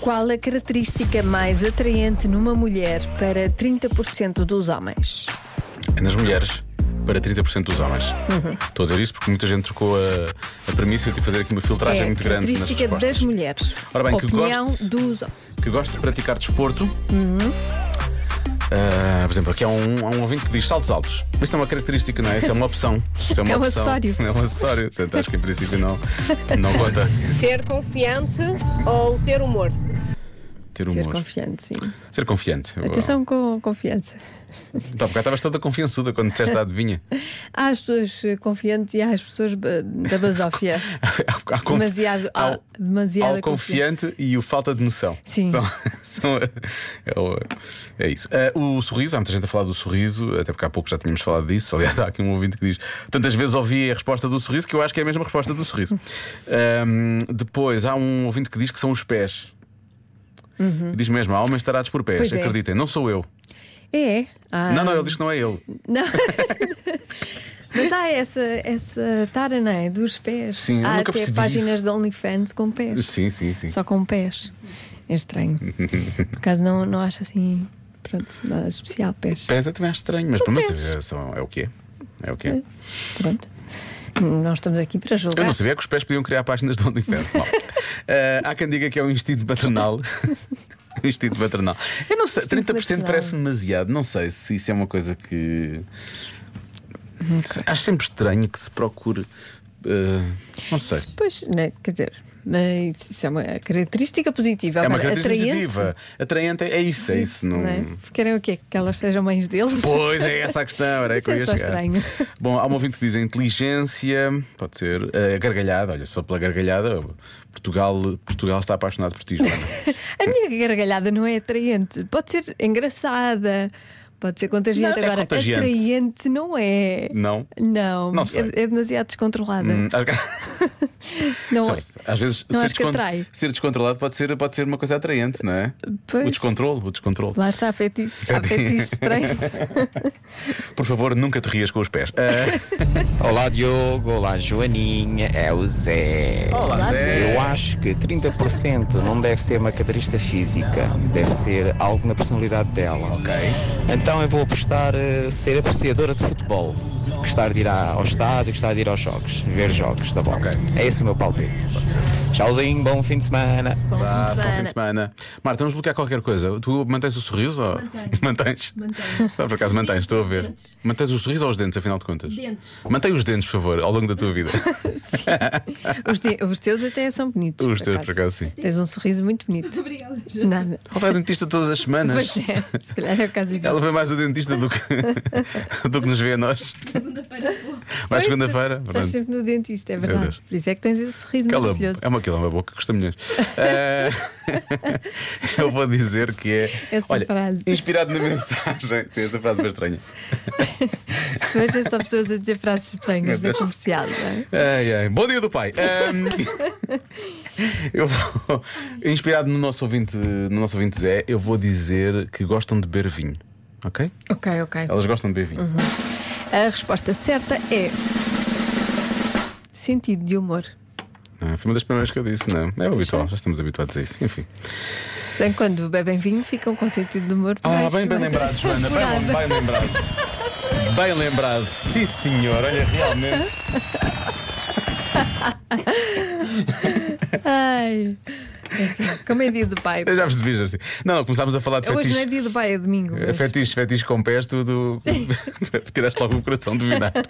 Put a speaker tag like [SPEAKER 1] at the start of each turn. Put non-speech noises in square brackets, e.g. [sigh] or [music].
[SPEAKER 1] Qual a característica mais atraente numa mulher para 30% dos homens?
[SPEAKER 2] É nas mulheres para 30% dos homens.
[SPEAKER 1] Uhum.
[SPEAKER 2] Estou a dizer isto porque muita gente trocou a, a premissa e eu tive de fazer aqui uma filtragem
[SPEAKER 1] é a
[SPEAKER 2] muito grande nas
[SPEAKER 1] característica
[SPEAKER 2] respostas.
[SPEAKER 1] das mulheres.
[SPEAKER 2] Ora bem, que
[SPEAKER 1] Opinião
[SPEAKER 2] goste-
[SPEAKER 1] dos homens.
[SPEAKER 2] Que gosto de praticar desporto.
[SPEAKER 1] Uhum.
[SPEAKER 2] Ah, por exemplo, aqui há um, há um ouvinte que diz saltos altos. Mas isto é uma característica, não é? Isso é uma opção.
[SPEAKER 1] [laughs]
[SPEAKER 2] Isso
[SPEAKER 1] É um
[SPEAKER 2] opção.
[SPEAKER 1] acessório.
[SPEAKER 2] É um acessório. Portanto, acho que em princípio não, não conta
[SPEAKER 3] Ser confiante ou ter humor?
[SPEAKER 2] ter
[SPEAKER 1] Ser
[SPEAKER 2] humor.
[SPEAKER 1] confiante, sim.
[SPEAKER 2] Ser confiante.
[SPEAKER 1] Atenção com confiança.
[SPEAKER 2] Tá, porque estavas toda confiançuda quando disseste a adivinha. [laughs]
[SPEAKER 1] Há as pessoas eh, confiantes e há as pessoas ba- da basófia.
[SPEAKER 2] Há [laughs] conf-
[SPEAKER 1] Demasiado, há
[SPEAKER 2] ao-
[SPEAKER 1] demasiada
[SPEAKER 2] ao confiante e o falta de noção.
[SPEAKER 1] Sim.
[SPEAKER 2] São- [laughs] são- é, o- é isso. Ah, o sorriso, há muita gente a falar do sorriso, até porque há pouco já tínhamos falado disso. [laughs] Aliás, há aqui um ouvinte que diz: tantas vezes ouvi a resposta do sorriso que eu acho que é a mesma resposta
[SPEAKER 1] [laughs]
[SPEAKER 2] do sorriso. Ahm, depois, há um ouvinte que diz que são os pés. Diz mesmo, há homens tarados por pés,
[SPEAKER 1] Uhum. Pois é.
[SPEAKER 2] acreditem, não sou eu.
[SPEAKER 1] É. há-
[SPEAKER 2] Não, não, ele diz que não é ele.
[SPEAKER 1] Não. Mas há essa, essa tara, não é? Dos pés.
[SPEAKER 2] Sim, eu
[SPEAKER 1] há
[SPEAKER 2] nunca
[SPEAKER 1] até
[SPEAKER 2] percebi
[SPEAKER 1] páginas
[SPEAKER 2] isso.
[SPEAKER 1] de OnlyFans com pés.
[SPEAKER 2] Sim, sim, sim.
[SPEAKER 1] Só com pés. É estranho. Por acaso não, não acho assim, pronto, nada especial, pés.
[SPEAKER 2] Pés eu também acho estranho, mas pronto,
[SPEAKER 1] pés.
[SPEAKER 2] é, são- é o que é. É o que é.
[SPEAKER 1] Pronto. Nós estamos aqui para
[SPEAKER 2] Eu
[SPEAKER 1] julgar.
[SPEAKER 2] não sabia que os pés podiam criar páginas de
[SPEAKER 1] [laughs]
[SPEAKER 2] OnlyFans. Bom, eh, há quem diga que é um instinto paternal. um instinto paternal. Eu não sei, 30%
[SPEAKER 1] paternal.
[SPEAKER 2] parece demasiado. Não sei se isso é uma coisa que. Acho sempre estranho que se procure. eh, não sei.
[SPEAKER 1] Pois, né, quer dizer, mas isso é uma característica positiva.
[SPEAKER 2] É uma
[SPEAKER 1] Agora,
[SPEAKER 2] característica
[SPEAKER 1] atraente,
[SPEAKER 2] positiva. Atraente é isso, é isso. Não...
[SPEAKER 1] não é? Querem o quê? Que elas sejam mães deles?
[SPEAKER 2] Pois é essa a questão, era aí
[SPEAKER 1] Isso
[SPEAKER 2] que eu
[SPEAKER 1] é
[SPEAKER 2] ia
[SPEAKER 1] só
[SPEAKER 2] chegar.
[SPEAKER 1] estranho.
[SPEAKER 2] Bom, há um ouvinte que diz a inteligência, pode ser, eh, a gargalhada, olha, só pela gargalhada, Portugal, Portugal está apaixonado por ti, Joana.
[SPEAKER 1] [laughs] A minha gargalhada não é atraente. Pode ser engraçada, pode ser contagiante.
[SPEAKER 2] Não, é
[SPEAKER 1] Agora,
[SPEAKER 2] contagiante.
[SPEAKER 1] atraente não é.
[SPEAKER 2] Não?
[SPEAKER 1] Não,
[SPEAKER 2] Não
[SPEAKER 1] é-
[SPEAKER 2] sei.
[SPEAKER 1] É, demasiado descontrolada.
[SPEAKER 2] Hum, acho que-
[SPEAKER 1] Não,
[SPEAKER 2] [laughs] Sabe, às vezes
[SPEAKER 1] não Então,
[SPEAKER 2] ser,
[SPEAKER 1] acho que atrai.
[SPEAKER 2] ser descontrolado pode ser, pode ser uma coisa atraente, não é?
[SPEAKER 1] Pois.
[SPEAKER 2] O descontrole, o descontrole.
[SPEAKER 1] é. lá está, há fetiches,
[SPEAKER 2] [laughs]
[SPEAKER 1] há
[SPEAKER 2] Fetiche.
[SPEAKER 1] fetiches estranhos.
[SPEAKER 2] Por favor, nunca te rias com os pés. [laughs] Ah,
[SPEAKER 4] Olá Diogo, olá Joaninha, é o Zé.
[SPEAKER 2] Olá, Olá, Zé.
[SPEAKER 4] Eu acho que 30% não deve ser uma característica física, deve ser algo na personalidade dela. Ok. Então eu vou apostar eh, ser apreciadora de futebol, gostar de ir a- ao estádio, gostar de ir aos jogos, ver jogos, tá bom?
[SPEAKER 2] Ok.
[SPEAKER 4] É esse o meu palpite. Tchauzinho, bom fim de semana.
[SPEAKER 1] Bom fim de
[SPEAKER 2] ah, só
[SPEAKER 1] semana.
[SPEAKER 2] fim de semana. Marta, vamos bloquear qualquer coisa. Tu mantens o sorriso? Ou... [laughs] Mantens? Mantens. Ah, por acaso mantens, estou a ver. Mantens o sorriso ou os dentes, afinal de contas? Dentes. Mantém os dentes, por favor, ao longo da
[SPEAKER 1] [laughs]
[SPEAKER 2] tua vida.
[SPEAKER 1] Os, te- os teus até são bonitos.
[SPEAKER 2] Os teus, por acaso, sim.
[SPEAKER 1] Tens um sorriso muito [laughs] bonito. Obrigada, Nada.
[SPEAKER 2] Ela vai ao dentista todas as semanas.
[SPEAKER 1] Pois é, se calhar é o caso
[SPEAKER 2] Ela
[SPEAKER 1] ideal.
[SPEAKER 2] vê mais o dentista do que, [laughs] do que nos vê a nós. Mais
[SPEAKER 1] Pois, tá
[SPEAKER 2] segunda-feira.
[SPEAKER 1] Estás
[SPEAKER 2] pronto.
[SPEAKER 1] sempre no dentista, é
[SPEAKER 2] Deus.
[SPEAKER 1] verdade. Por isso é que tens esse sorriso
[SPEAKER 2] Aquela-
[SPEAKER 1] maravilhoso.
[SPEAKER 2] é uma aquilo, é uma boca que custa milhões. Eh, [laughs] eu vou dizer que é.
[SPEAKER 1] Essa
[SPEAKER 2] olha,
[SPEAKER 1] frase.
[SPEAKER 2] Inspirado na mensagem. Sim, essa frase foi estranha.
[SPEAKER 1] Tu achas só pessoas a dizer frases
[SPEAKER 2] um- [laughs] Meu
[SPEAKER 1] estranhas na
[SPEAKER 2] Deus.
[SPEAKER 1] comercial, não é?
[SPEAKER 2] Ai, ai. Bom dia do pai. Ahm, [laughs] eu vou, inspirado no nosso, ouvinte, no nosso ouvinte Zé, eu vou dizer que gostam de beber vinho. Ok?
[SPEAKER 1] Ok, ok.
[SPEAKER 2] Elas gostam de beber vinho.
[SPEAKER 1] Uhum. A resposta certa é. Sentido de humor.
[SPEAKER 2] Ah, foi uma das primeiras que eu disse, não. É o habitual, já estamos habituados a isso. Enfim.
[SPEAKER 1] Portanto, quando bebem vinho, ficam com sentido de humor. é?
[SPEAKER 2] Ah,
[SPEAKER 1] mais-
[SPEAKER 2] bem, bem
[SPEAKER 1] mais-
[SPEAKER 2] lembrado, Joana. Bem, bom, bem lembrado. Bem lembrado, sim senhor, olha, realmente.
[SPEAKER 1] Ai. Enfim, Como é dia do pai?
[SPEAKER 2] Eu [laughs] já vos devia assim. Não, não, começámos a falar de
[SPEAKER 1] Hoje não é
[SPEAKER 2] fetiches.
[SPEAKER 1] dia do pai, é domingo. mas-
[SPEAKER 2] [laughs] Fetiches, fetiches com pés, tudo. Tiraste logo o coração do vinagre.